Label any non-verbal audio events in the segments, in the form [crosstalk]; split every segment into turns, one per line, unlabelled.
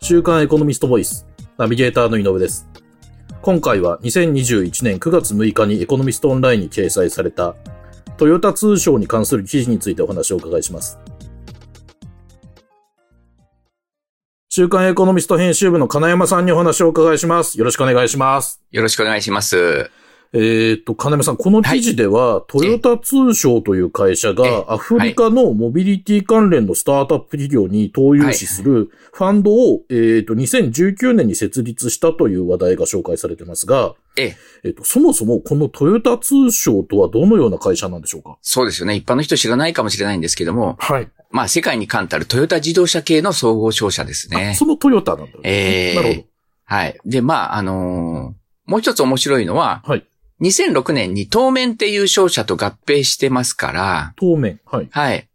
週刊エコノミストボイス、ナビゲーターの井上です。今回は2021年9月6日にエコノミストオンラインに掲載された、トヨタ通商に関する記事についてお話をお伺いします。週刊エコノミスト編集部の金山さんにお話をお伺いします。よろしくお願いします。
よろしくお願いします。
えっと、金山さん、この記事では、トヨタ通商という会社
ええ
がアフリカのモビリティ関連のスタートアップ企業に投融資するファンドを、えっと、2019年に設立したという話題が紹介されてますが、
ええ、
えっと、そもそもこのトヨタ通商とはどのような会社なんでしょうか
そうですよね。一般の人知らないかもしれないんですけども、
はい。
まあ世界に冠たるトヨタ自動車系の総合商社です
あ
ね
そ。のトヨタなんだ、
ええ
なるほ
はい。で、まああのーもう一つ面白いのは、
ど。はい。
2006年に当面っていう商社と合併してますから、
当面。はい。
はい。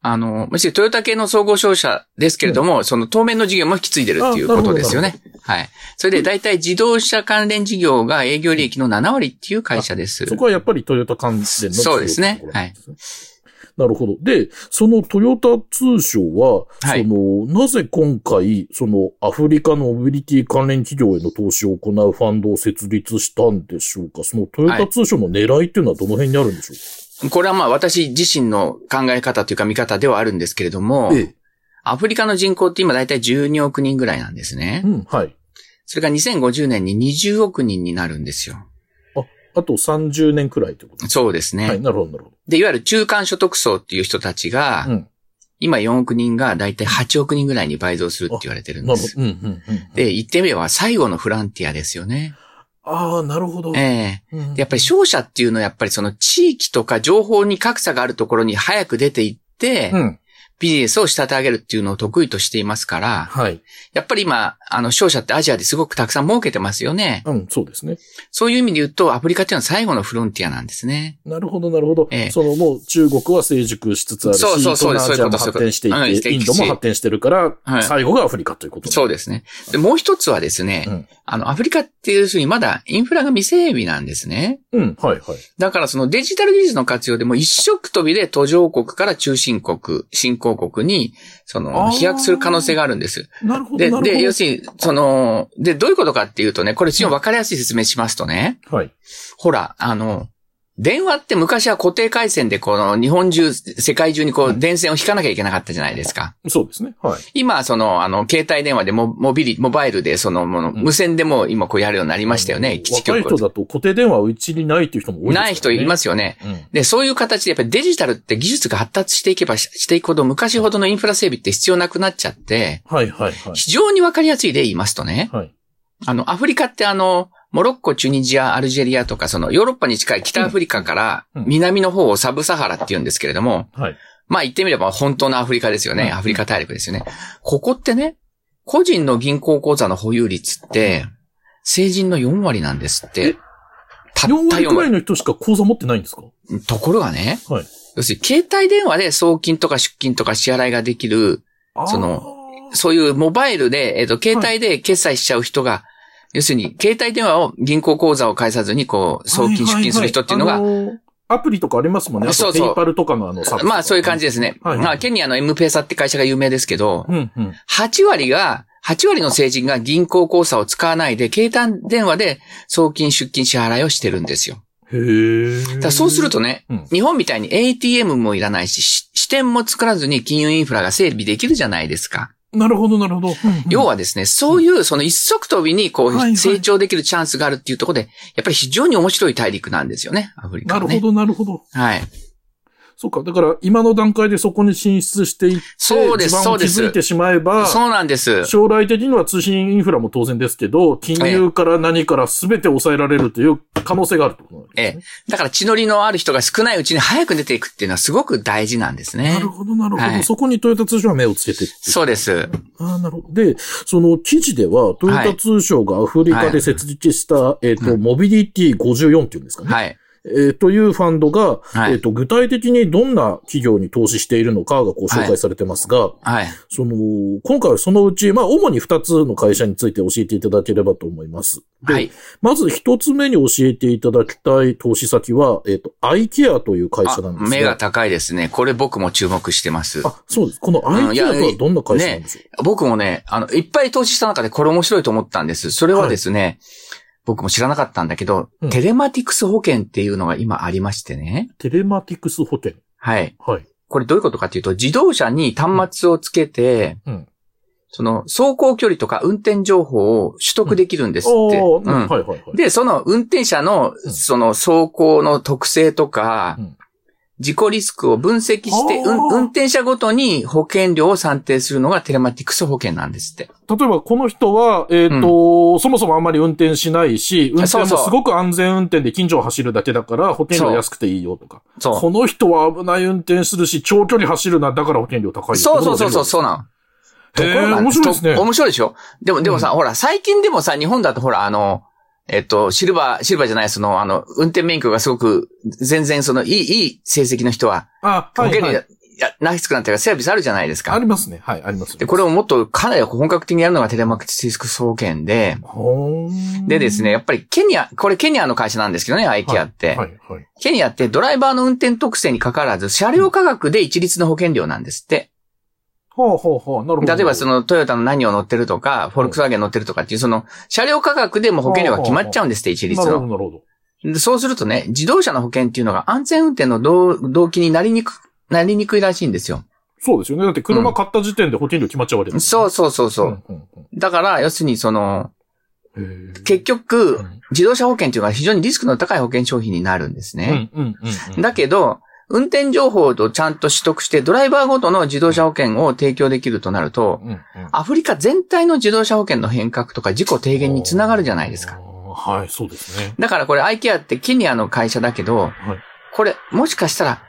あのー、むしろトヨタ系の総合商社ですけれども、その当面の事業も引き継いでるっていうことですよ
あ
ね。はい。それで大体自動車関連事業が営業利益の7割っていう会社です。
そこはやっぱりトヨタ関連の企業
そうですね
ところなんですねなるほど。で、そのトヨタ通商は、
はい
その、なぜ今回、そのアフリカのモビリティ関連企業への投資を行うファンドを設立したんでしょうかそのトヨタ通商の狙いっていうのはどの辺にあるんでしょ
これはまあ私自身の考え方というか見方ではあるんですけれど
う
も
か、、え
アフリカの人口って今だいたい12億人ぐらいなんです
え。
ね
う。ん、はい。
それが2050年に20億人になるんですよ。
あと30年くらいってことです
そうです
ね。
ね。
はい、なるほど、なるほ
で、いわゆる中間所得層っていう人たちが、
ど。うん。
今4億人がだいたい8億人ぐらいに倍増するって言われてるん
な
で
るほ
す
ど。。うん、うん、うんうん。
で、言ってみれば最後のフランティアですよね。
ああ、なるほど。
ええ
うん
でやっぱり商社っていうのはやっぱりその地域とか情報に格差があるところに早く出ていって、
うん。
ビジネスを仕立て上げるっていうのを得意としていますから、
はい。
やっぱり今、あの、商社ってアジアですごくたくさん儲けてますよね。
うん、そうですね。
そういう意味で言うと、アフリカっていうのは最後のフロンティアなんですね。
なるほど、なるほど。
ええ
そのもう中国は成熟しつつあるし、
そうそうそうです
東南アジアも
そうい
発
うこと
展してい
そういうこと
て、イ
うん
ンドも発展してるから、
はい
最後がアフリカということ
そう
で
ですね。で、もう一つはですね、
うん
あの、アフリカって要するにまだインフラが未整備なんですね。
す。うん、はい、はい。
だからそのデジタル技術の活用でもう一色飛びで途上国から中心国、新興国に、そ
あ
の、
ー
飛躍する可能性があるんです。
なるほど、な
で
るほ、ど。
で、要するに、その、で、どういうことかっていうとね、これ一応分かりやすい説明しますとね、
はい。
ほら、あの、電話って昔は固定回線でこの日本中、世界中にこ
う
うん電線を引かなきゃいけなかったじゃないですか。
そうですね。はい。
今はその、あの、携帯電話でモモビリ、モバイルでそのもの、
ん
無線でもう今こうやるようになりましたよ
あ
ね、
の
基地
若い
局
人だと固定電話うちにないっていう人も多いですからね
ない人いますよね。
うん。
で、そういう形でやっぱりデジタルって技術が発達していけばししていくほど昔ほどのインフラ整備って必要なくなっちゃって、
はい、はい、はい。
非常にわかりやすい例言いますとね、
はい。
あの、アフリカってあの、モロッコ、チュニジア、アルジェリアとか、そのヨーロッパに近い北アフリカから
うんうん
南の方をサブサハラって言うんですけれども、
はい。
まあ言ってみれば本当のアフリカですよ
うん
ね。アフリカ大陸ですよね。ここってね、個人の銀行口座の保有率って、成人の4割なんですっ
え
て。たった
4割
4
くらい
割。
の人しか口座持ってないんですか
ところがね、
はい。
要するに携帯電話で送金とか出金とか支払いができる、
あー
その、そういうモバイルで、えっ、と、携帯で決済しちゃう人が、要するに、携帯電話を銀行口座を介さずに、こう、送金、出金する人っていうの
は、
が
いはいはいあのーアプリとかありますもんね。あと
そうそう
ペイパルとかのあのサービスとか
まあそういう感じですね。
はい
まあ、ケニアの M ペーサって会社が有名ですけど、
うん、うん。
8割が、8割の成人が銀行口座を使わないで、携帯電話で送金、出金、支払いをしてるんですよ。
へえ。
だからそうするとね、
うん
日本みたいに ATM もいらないし、し支店も作らずに金融インフラが整備できるじゃないですか。
なるほど、なるほど。
要はですね、そういうその一足飛びにこ
はいはいう
成長できるチャンスがあるっていうところで、やっぱり非常に面白い大陸なんですよね、アフリカ
な
は
る
ね。
ほど、なるほど。
ど。はい。
そうか。だから、今の段階でそこに進出していって、
そうです
地盤を築いてしまえば、
そうなんです。
将来的には通信インフラも当然ですけど、金融から何から全て抑えられるという可能性があるってことなんですね。
だから血のりのある人が少ないうちに早く出ていくっていうのはすごく大事なんですね
なる。ほど、なるほど。
はい
そこにトヨタ通商は目をつけてっていう
そうです。
ああ、なるほど。で、その記事では、トヨタ通商がアフリカで設立した、えっ、と、
う
モビリティ54っていうんですかね。
はい。
えーというファンドが、
は
えっ
い。
と、具体的にどんな企業に投資しているのかがこう紹介されてますが、
はい。
その、今回はそのうち、まあ、主に2つの会社について教えていただければと思います。で
はい。
まず1つ目に教えていただきたい投資先は、えっ、と、アイケアという会
あ
社なんですが
目が高いですね。これ僕も注目してます。
あ、そうです。この
う
ア
ん
イ
い
ケア
や
とはどんな会社なんでしょう、
僕もね、あの、いっぱい投資した中でこれ面白いと思ったんです。それはですね、僕も知らなかったんだけど、
うん
テレマティクス保険っていうのが今ありましてね。
テレマティクス保険。
はい。
はい。
これどういうことかっていうと、自動車に端末をつけて、
うん
その走行距離とか運転情報を取得できるんですって。
おー
うん
はいはいはい。
で、その運転者の、
うん
その走行の特性とか、
うん
事故リスクを分析して、
あー
うん運転者ごとに保険料を算定するのがテレマティクス保険なんですって。
例えばこの人は、えっ、と、そもそもあんまり運転しないし、運転
そう
も
そう
すごく安全運転で近所を走るだけだから保険料安くていいよとか。
そ
この人は危ない運転するし、長距離走るな、だから保険料高
う。
い。
そうそうそうそう、そううなの。
へー面白いですね
と面白いでしょでも、でもさ、ほら、最近でもさ、日本だとほら、あの、えっと、シルバー、シルバーじゃない、その、あの、運転免許がすごく、全然その、いい、いい成績の人は、
あ、
保
はい、
険料、
はいい。
や、なくなったからサービスあるじゃないですか
あ。りますね。はい、あります。
で、これをもっとかなり本格的にやるのがテレマティクス保険で、
ほーん
でですね、やっぱりケニア、これケニアの会社なんですけどね、アイケアって。
はい、はい。
ケニアってドライバーの運転特性に関わらず、車両価格で一律の保険料なんですって。
ほうほうほう、なるほど。
例えばそ、のトヨタの何を乗ってるとか、フォルクスワーゲン乗ってるとかっていう、その車両価格でも保険料が決まっちゃうんですって、一律
なるほど、
の。
なるほど。
でそうするとね、自動車の保険っていうのが安全運転の動動機になりにく、なりにくいらしいんですよ。
そうですよね。だって車買った時点で保険料決まっちゃうわけです。
そうそうそうそう。
うん。うん
だから、要するにその、
うんへー
結局
う、ん
自動車保険というのは非常にリスクの高い保険商品になるんです
う
ね。
ん、うん、うん。
だけど、運転情報とちゃんと取得して、ドライバーごとの自動車保険を提供できるとなると
う、ん、うん。
アフリカ全体の自動車保険の変革とか事故低減につながるじゃないです
あ
か。
ー。はい、そうですね。
だからこれ、アイケアってケニアの会社だけど、
はい。
これ、もしかしたら、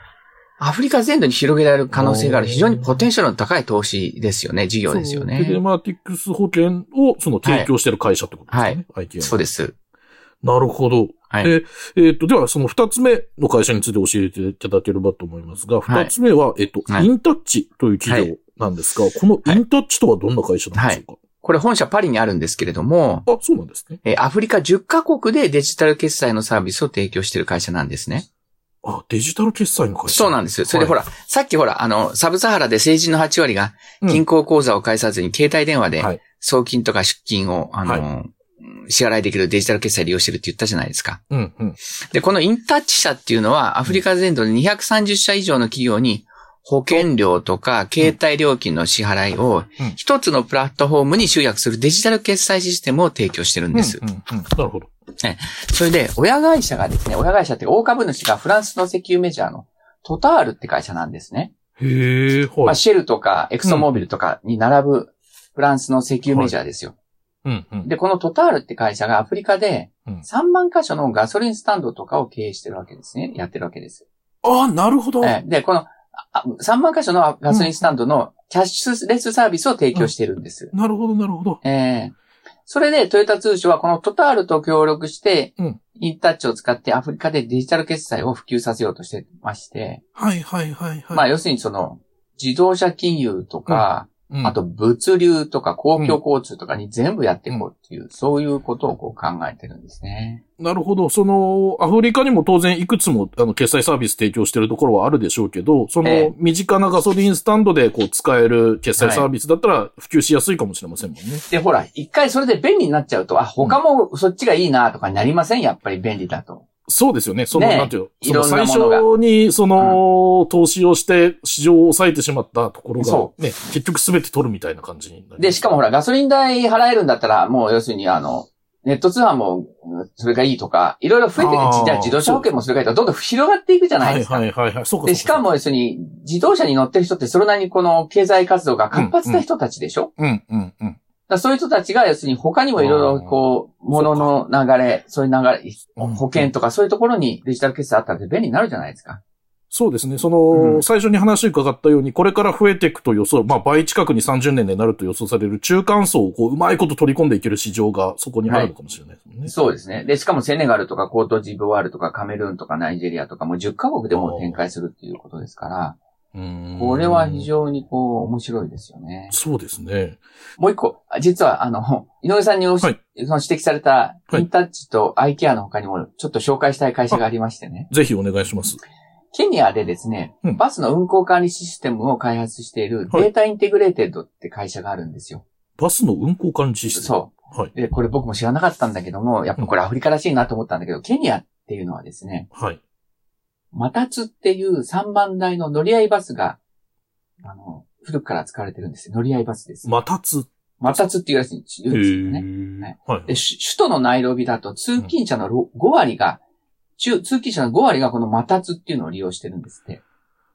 アフリカ全土に広げられる可能性がある
おー
非常にポテンシャルの高い投資ですよね、事業ですよ
そのテレ
ね。
マティクス保険をその提供してる会社ってことですよね。はい。
そうです。
なるほど。
はい
で、えっ、と、では、その二つ目の会社について教えていただければと思いますが、
はい
二つ目は、えっ、と、
はい
インタッチという企業なんですが、このインタッチとはどんな会社なんでしょうか、
これ本社パリにあるんですけれども、
あ、そうなんですね。
えーアフリカ10カ国でデジタル決済のサービスを提供している会社なんですね。
あ、デジタル決済の会社。
そうなんですよ。それでほら、さっきほら、あの、サブサハラで成人の8割が
うん
銀行口座を介さずに携帯電話
は
で
い
送金とか出金を、あの、
は
支払いできるデジタル決済利用してるって言ったじゃないですか。
うん、うん。
で、このインタッチ社っていうのは、アフリカ全土で230社以上の企業に保険料とか携帯料金の支払いを
うん
一つのプラットフォームに集約するデジタル決済システムを提供してるんです
うん、。うん、うん。なるほど。
それで、親会社がですね、親会社っていうか大株主がフランスの石油メジャーのトタールって会社なんですね。
へえ、
ま
は
あ、
い。
シェルとかエクソモービルとかに並ぶフランスの石油メジャーですよ。
うん、うん。
で、このトタールって会社がアフリカで
うん
3万箇所のガソリンスタンドとかを経営してるわけですね。やってるわけです。
あ、なるほど。
ええで、このあ3万箇所のガソリンスタンドのキャッシュレスサービスを提供してるんです。
なるほど、なるほど。
ええそれでトヨタ通商はこのトタールと協力して
うん、
インタッチを使ってアフリカでデジタル決済を普及させようとしてまして、
はい、はい、はい、はい。
まあ要するにその自動車金融とか、
うん
あと物流とか公共交通とかに全部やっていこうっていう、そういうことをこう考えてるんですね。
なるほど。その、アフリカにも当然いくつも、あの、決済サービス提供してるところはあるでしょうけど、その、
ええ
身近なガソリンスタンドで、こう、使える決済サービスだったら、普及しやすいかもしれませんもんね。
で、ほら、一回それで便利になっちゃうと、あ、他もそっちがいいなとかになりませんやっぱり便利だと。
そうですよね。その、
ねえ
なんていうの、
い
そ
ろ
の
んな
最
も
初
のが
に、その、投資をして、市場を抑えてしまったところ
そ
が、ね、結局すべて取るみたいな感じになります
で、しかもほら、ガソリン代払えるんだったら、もう要するにあの、ネット通販もうんそれがいいとか、いろいろ増えて
あー
じゃあ自動車保険もそれがいいとか、どんどん広がっていくじゃない
は
で
い
すか。
はいはいはい。そうかそう
で、しか、も要するに、自動車に乗ってる人ってそれなりにこの経済活動が活発な人たちでしょ、
うんうんうん。
だからそういう人たちが、要するに他にもいろいろこ
あ
う、
ー
物の流れ、そういう流れ、
うん
保険とかそういうところにデジタル決済あったら便利になるじゃないですか。
そうですね。そうの、
ん
最初に話伺ったように、これから増えていくと予想、まあ倍近くに30年になると予想される中間層をこう、うまいこと取り込んでいける市場がそこにあるのかもしれないですもんね。
そうですね。で、しかもセネガルとかコートジボワールとかカメルーンとかナイジェリアとかもう10カ国でもう展開するっていうことですから、
うん
これは非常にこう面白いですよね。
そうですね。
もう一個、あ実はあの、 [laughs] 井上さんにおし、
はい
その指摘された
い
インタッチとアイケアの他にもちょっと紹介したい会社がありましてね。
ぜひお願いします。
ケニアでですね、
うん
バスの運行管理システムを開発している
はい
データインテグレーテッドって会社があるんですよ。
バスの運行管理システム。
そ
はい。
う。で、これ僕も知らなかったんだけども、やっぱこれアフリカらしいなと思ったんだけど、ケニアっていうのはですね、
はい。
マタツっていう3番台の乗り合いバスが、あの、古くから使われてるんですよ。乗り合いバスです。
またつ。
マタツっていうやつに言うんですよね。
ね
ね。
はい
で、。し首都のナイロビだと通勤者のろ5割が、中通勤者の5割がこのマタツっていうのを利用してるんですって。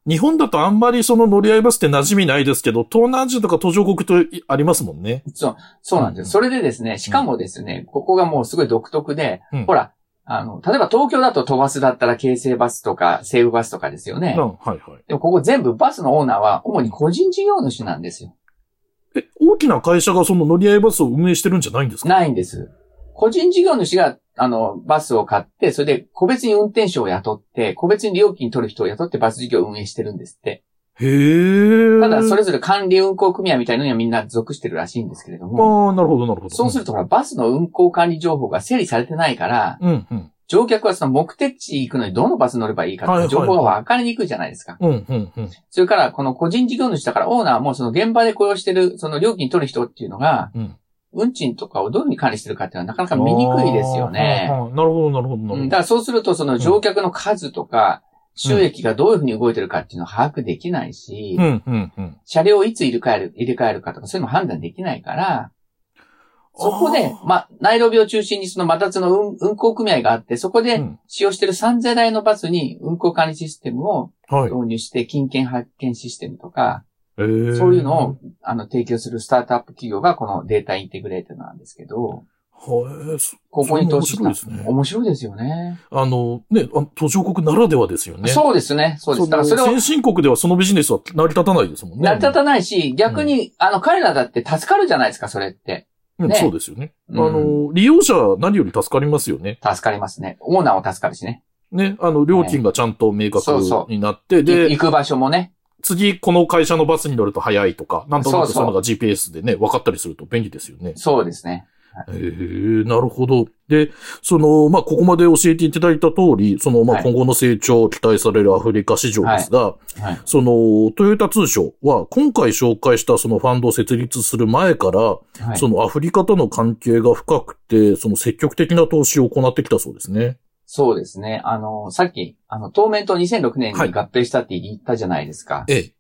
日本だとあんまりその乗り合いバスって馴染みないですけど、東南アジアとか途上国といありますもんね。
そう、そうなんですよ。それでですね、しかもですね、ここがもうすごい独特で、
うん
ほら、あの、例えば東京だと都バスだったら京成バスとか西武バスとかですよね
う。んはいはい。
でもここ全部バスのオーナーは主に個人事業主なんですよ。
え、大きな会社がその乗り合いバスを運営してるんじゃないんですか
ないんです。個人事業主が、あの、バスを買って、それで個別に運転手を雇って、個別に料金取る人を雇ってバス事業を運営してるんですって。
へえ。
ただ、それぞれ管理運行組合みたいなのにはみんな属してるらしいんですけれども、
ああ、なるほど、なるほど。
そうすると、ほら、バスの運行管理情報が整理されてないから、
うん、うん、
乗客はその目的地行くのにどのバス乗ればいいかっ
はい
て
はいいう
情報が分かりにくいじゃないですか。
うん、うん、うん。
それから、この個人事業主だからオーナーもその現場で雇用してる、その料金取る人っていうのが、
うん
運賃とかをどういうふうに管理してるかっていうのはなかなか見にくいですよね
あ。ーはいはいなるほど、なるほど、な
うん
るほ
だ
ど。
からそうすると、その乗客の数とか、
うん
収益がどういうふうに動いてるかっていうのを把握できないし、
うん、うん、うん。
車両をいつ入れ替える、入れ替えるかとか、そういうのも判断できないから、そこで
あ、
ま、ナイロビを中心にそのマタツの運運行組合があって、そこ
ー、う
で
ん
使用している3000台のバスに運行管理システムを
はい。
導入して、金券発券システムとか、
えー
そういうのを。あの提供するスタートアップ企業がこのデータインテグレートなんですけど、
はい。そ
ここに投資した。
面白いですね
面白いですよね。
あの、ね、あ途上国ならではですよね。
そうですね。そうです。だからそれを
の先進国ではそのビジネスは成り立たないですもんね。
成り立たないし、逆に、あの、彼らだって助かるじゃないですか、それって。
うん
ね
そうですよね。あ
うん
の、利用者は何より助かりますよね。
助かりますね。オーナーを助かるしね。
ね、あの、料金がちゃんと明確
そうそう
になって、
で、
で
行、く場所もね。
次この会社のバスに乗ると早いとか、なんとなく
そうそう
そういうのが GPS でね、分かったりすると便利ですよね。
そうですね。
えー、なるほど。で、その、まあ、ここまで教えていただいた通り、その、まあ、
はい
今後の成長を期待されるアフリカ市場ですが、
はい。
その、トヨタ通商は、今回紹介したそのファンドを設立する前から、
はい
そのアフリカとの関係が深くて、その積極的な投資を行ってきたそうですね。
そうですね。あの、さっき、あの、当面と2006年に
は
合
い
併したって言ったじゃないですか。
ええ。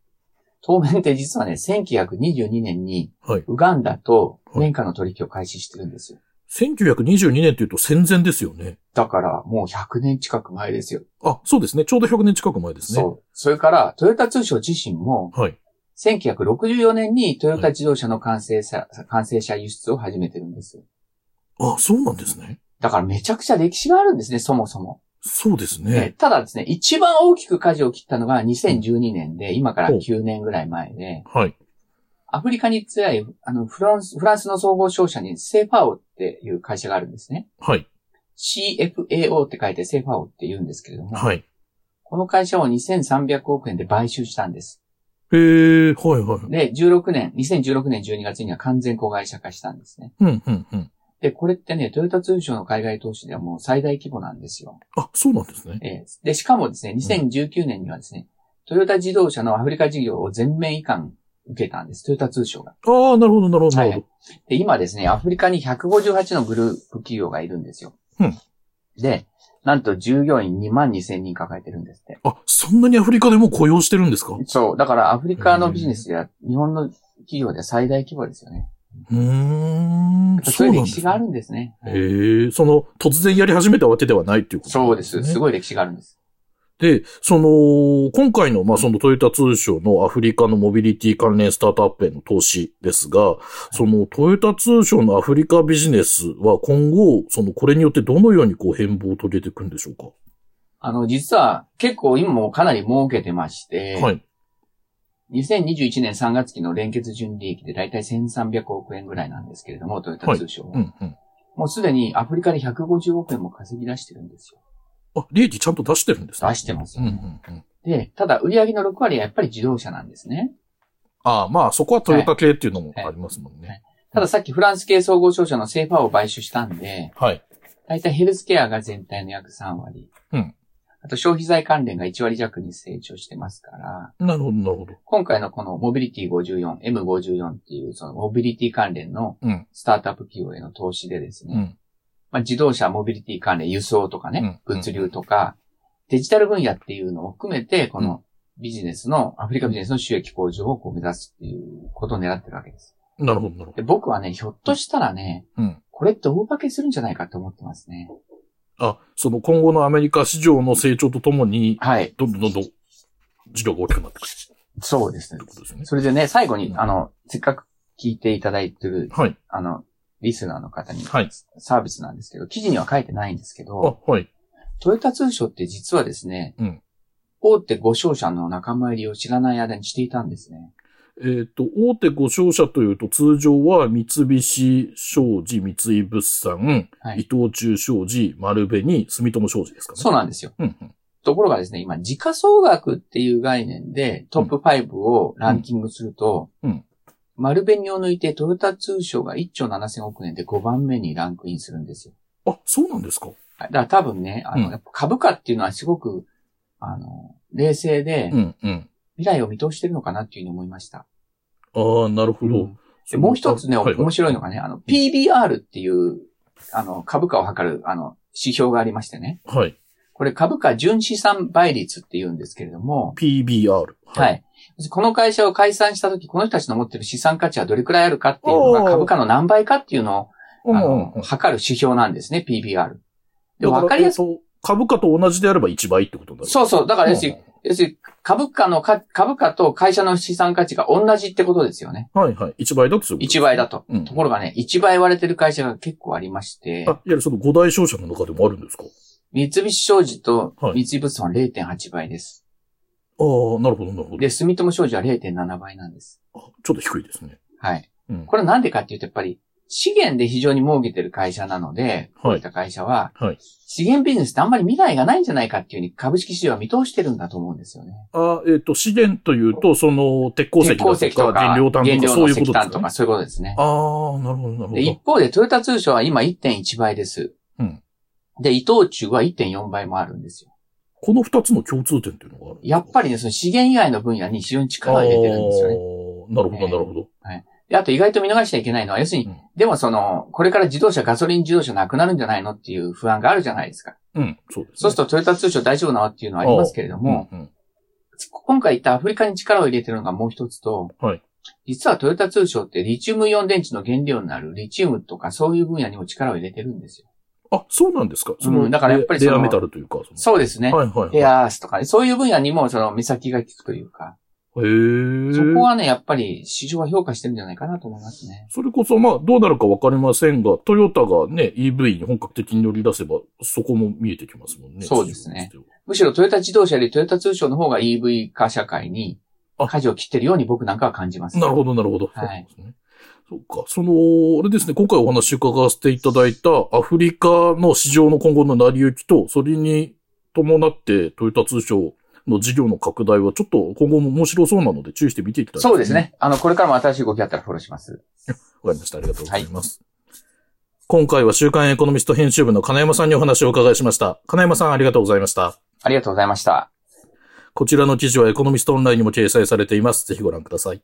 当面って実はね、1922年に、
はい
ウガンダと
はい
年間の取引を開始してるんですよ。
1922年というと戦前ですよね。
だから、もう100年近く前ですよ。
あ、そうですね。ちょうど100年近く前ですね。
そう。それから、トヨタ通商自身も、
はい。
1964年にトヨタ自動車の完成車、完成車輸出を始めてるんですよ。
あ、そうなんですね。
だからめちゃくちゃ歴史があるんですね、そもそも。
そうです
ね
ね。
ただですね、一番大きく舵を切ったのが2012年で、今から9年ぐらい前で、
はい。
アフリカに強い、あの、フランス、フランスの総合商社にセファオっていう会社があるんですね。
はい。
CFAO って書いてセファオって言うんですけれども、
はい。
この会社を2300億円で買収したんです。
へえ、はいはい。
で、16年、2016年12月には完全子会社化したんですね。
うん、うん、うん。
で、これってね、トヨタ通商の海外投資ではもう最大規模なんですよ。
あ、そうなんですね。
えーで、しかもですね、2019年にはですね、トヨタ自動車のアフリカ事業を全面移管受けたんです。トヨタ通商が。
ああ、なるほど、なるほど、なるほど。
で、今ですね、アフリカに158のグループ企業がいるんですよ。
うん
で、なんと従業員2万2千人抱えてるんですって。
あ、そんなにアフリカでも雇用してるんですかう
そう。だからアフリカのビジネスでは、日本の企業では最大規模ですよね。
ーん。
そう
そ
いうう
なんで
歴史
す
があ
ね。
るんですね。
へえ、その、突然やり始めたわけではないっていうこと
そうです。す
い。
ごい歴史があるんです。
で、その、今回の、まあ、そのトヨタ通商のアフリカのモビリティ関連スタートアップへの投資ですが、そのトヨタ通商のアフリカビジネスは今後、そのこれによってどのようにこう変貌を取り入れていくんでしょうか
あの、実は結構今もかなり儲けてまして、
はい。
2021年3月期の連結純利益でだいたい1300億円ぐらいなんですけれども、トヨタ通商は、
うんうん。
もうすでにアフリカで150億円も稼ぎ出してるんですよ。
あ、利益ちゃんと出してるんですね。
出してます
う
よ
んう
ね、
んうん。
で、ただ売り上げの6割はやっぱり自動車なんですね。
ああ、まあそこはトヨタ系っていうのもありますもんね。
たださっきフランス系総合商社のセーファーを買収したんで、
はい。
だいたいヘルスケアが全体の約3割。
うん
あと消費財関連が1割弱に成長してますから、
なるほど、なるほど。
今回のこのモビリティ54、M54 っていうそのモビリティ関連の
うん
スタートアップ企業への投資でですね、
うん。
まあ、自動車、モビリティ関連、輸送とかね、
うん
物流とか、デジタル分野っていうのを含めて、こ
うん
のビジネスの、アフリカビジネスの収益向上をこう目指すっていうことを狙ってるわけです。
なるほど、なるほ
で僕はね、ひょっとしたらね、
ど。うん。
これって大化けするんじゃないかと思ってますね。
あ、その今後のアメリカ市場の成長とともに、
はい。
どんどんどんどん、事業が大きくなってくるっ
そうですね
て。ことですよね。
それでね、最後に
う、ん
あの、せっかく聞いていただいてる、
はい。
あの、リスナーの方に
はい。
サービスなんですけど、記事には書いてないんですけ
あ、
ど、
はい。
トヨタ通商って実はですね、
うん
大手5商社の仲間入りを知らない間にしていたんですね。
えっ、と、大手5商社というと、通常は三菱商事、三井物産、
はい
伊藤忠商事、丸紅、住友商事ですかね。
そうなんですよ。
うんうん。
ところがですね、今、時価総額っていう概念でトップ5をランキングすると、
うんうん
丸紅を抜いてトヨタ通商が1兆7000億円で5番目にランクインするんですよ。
あ、そうなんですか。
だから多分ね、あ
う
の、
ん
やっぱ株価っていうのはすごく、あの、冷静で
うんうん。
未来を見通してるのかなっていうふうに思いました。
ああ、なるほど。
うんでもう一つね、
はい
面白いのがね、あの、PBR っていう、あの、株価を測る、あの、指標がありましてね。
はい。
これ株価純資産倍率って言うんですけれども、
PBR。は。
はいい。この会社を解散したとき、この人たちの持ってる資産価値はどれくらいあるかっていうの
お
が
ー
株価の何倍かっていうの
う
を、
んう
あ
ん
の
うん、
測る指標なんですね、PBR。
だ
で、
ら
わかりやすく、
えーと株価と同じであれば1倍ってことになる。
そうそう。だから要するに、
う
要するに株価のか、株価と会社の資産価値が同じってことですよね。
んはいはい。1倍だとそういうことです
1倍だと。
うん
ところがね、1倍割れてる会社が結構ありまして
あ、い、わゆるその5大商社の中でもあるんですか
三菱商事と
は
三
い
井物産は0.8倍です。
ああ、なるほど、なるほど。
で、住友商事は0.7倍なんです。
あちょっと低いですね。
はい。
うん。
これなんでかっていうと、やっぱり資源で非常に儲けてる会社なので、こういった会社は、
はい
資源ビジネスってあんまり未来がないんじゃないかっていうふうに株式市場は見通してるんだと思うんですよね。
あえっ、と、資源というと、その、鉄鉱石だ
鉄鉱
と
石
か、
とか、
原料炭
原
とか、
料
そ
の
ういうこ
石
とです
炭
か
と
ね
か。そういうことですね。
ああ、なるほど、な
で、
る
一
ほ
方でトヨタ通商は今1.1倍です。
うん
で、伊藤忠は1.4倍もあるんですよ。
ど。この二つの共通点っていうのがあるんですか
やっぱりね、その資源以外の分野に非常に力を入れてるんですよね。
あーなるほど、なるほど。
であと意外と見逃しちゃいけないのは、要するに、
うん
でもその、これから自動車、ガソリン自動車なくなるんじゃないのっていう不安があるじゃないですか。
うん、そうです、
そうす
る
るとトヨタ通商大丈夫なのっていうのはありますけれど
と
も、
うん、うん。
今回言ったアフリカに力を入れてるのがもう一つと、
はい
実はトヨタ通商ってリチウムイオン電池の原料になるリチウムとかそういう分野にも力を入れてるんですよ。
あ、そうなんですかその、
うんだからやっぱり
レ
そ
レア
の
メタルというか、そ
そうですね。
のはいはい
ヘ
は
アースとかね、そういう分野にもその目先が効くというか、
い。へえ。
そこはね、やっぱり市場は評価してるんじゃないかなと思いますね。
それこそ、まあ、どうなるかわかりませんが、トヨタがね、EV に本格的に乗り出せば、そこも見えてきますもんね。
そうですね
市場として
むしろトヨタ自動車よりトヨタ通商の方が EV 化社会に
あ
舵を切ってるように僕なんかは感じます。
は。なるほど、なるほど。
はい
そうですね。そっか。その、あれですね、今回お話伺わせていただいた、アフリカの市場の今後の成り行きと、それに伴って、トヨタ通商の事業の拡大は、ちょっと今後も面白そうなので、注意して見ていきたい
そうです。ね。あの、これからも新しい動きあったらフォローします。
わかりました。ありがとうございます。今回は週刊エコノミスト編集部の金山さんにお話をお伺いしました。金山さん、ありがとうございました。
ありがとうございました。
こちらの記事はエコノミストオンラインにも掲載されています。ぜひご覧ください。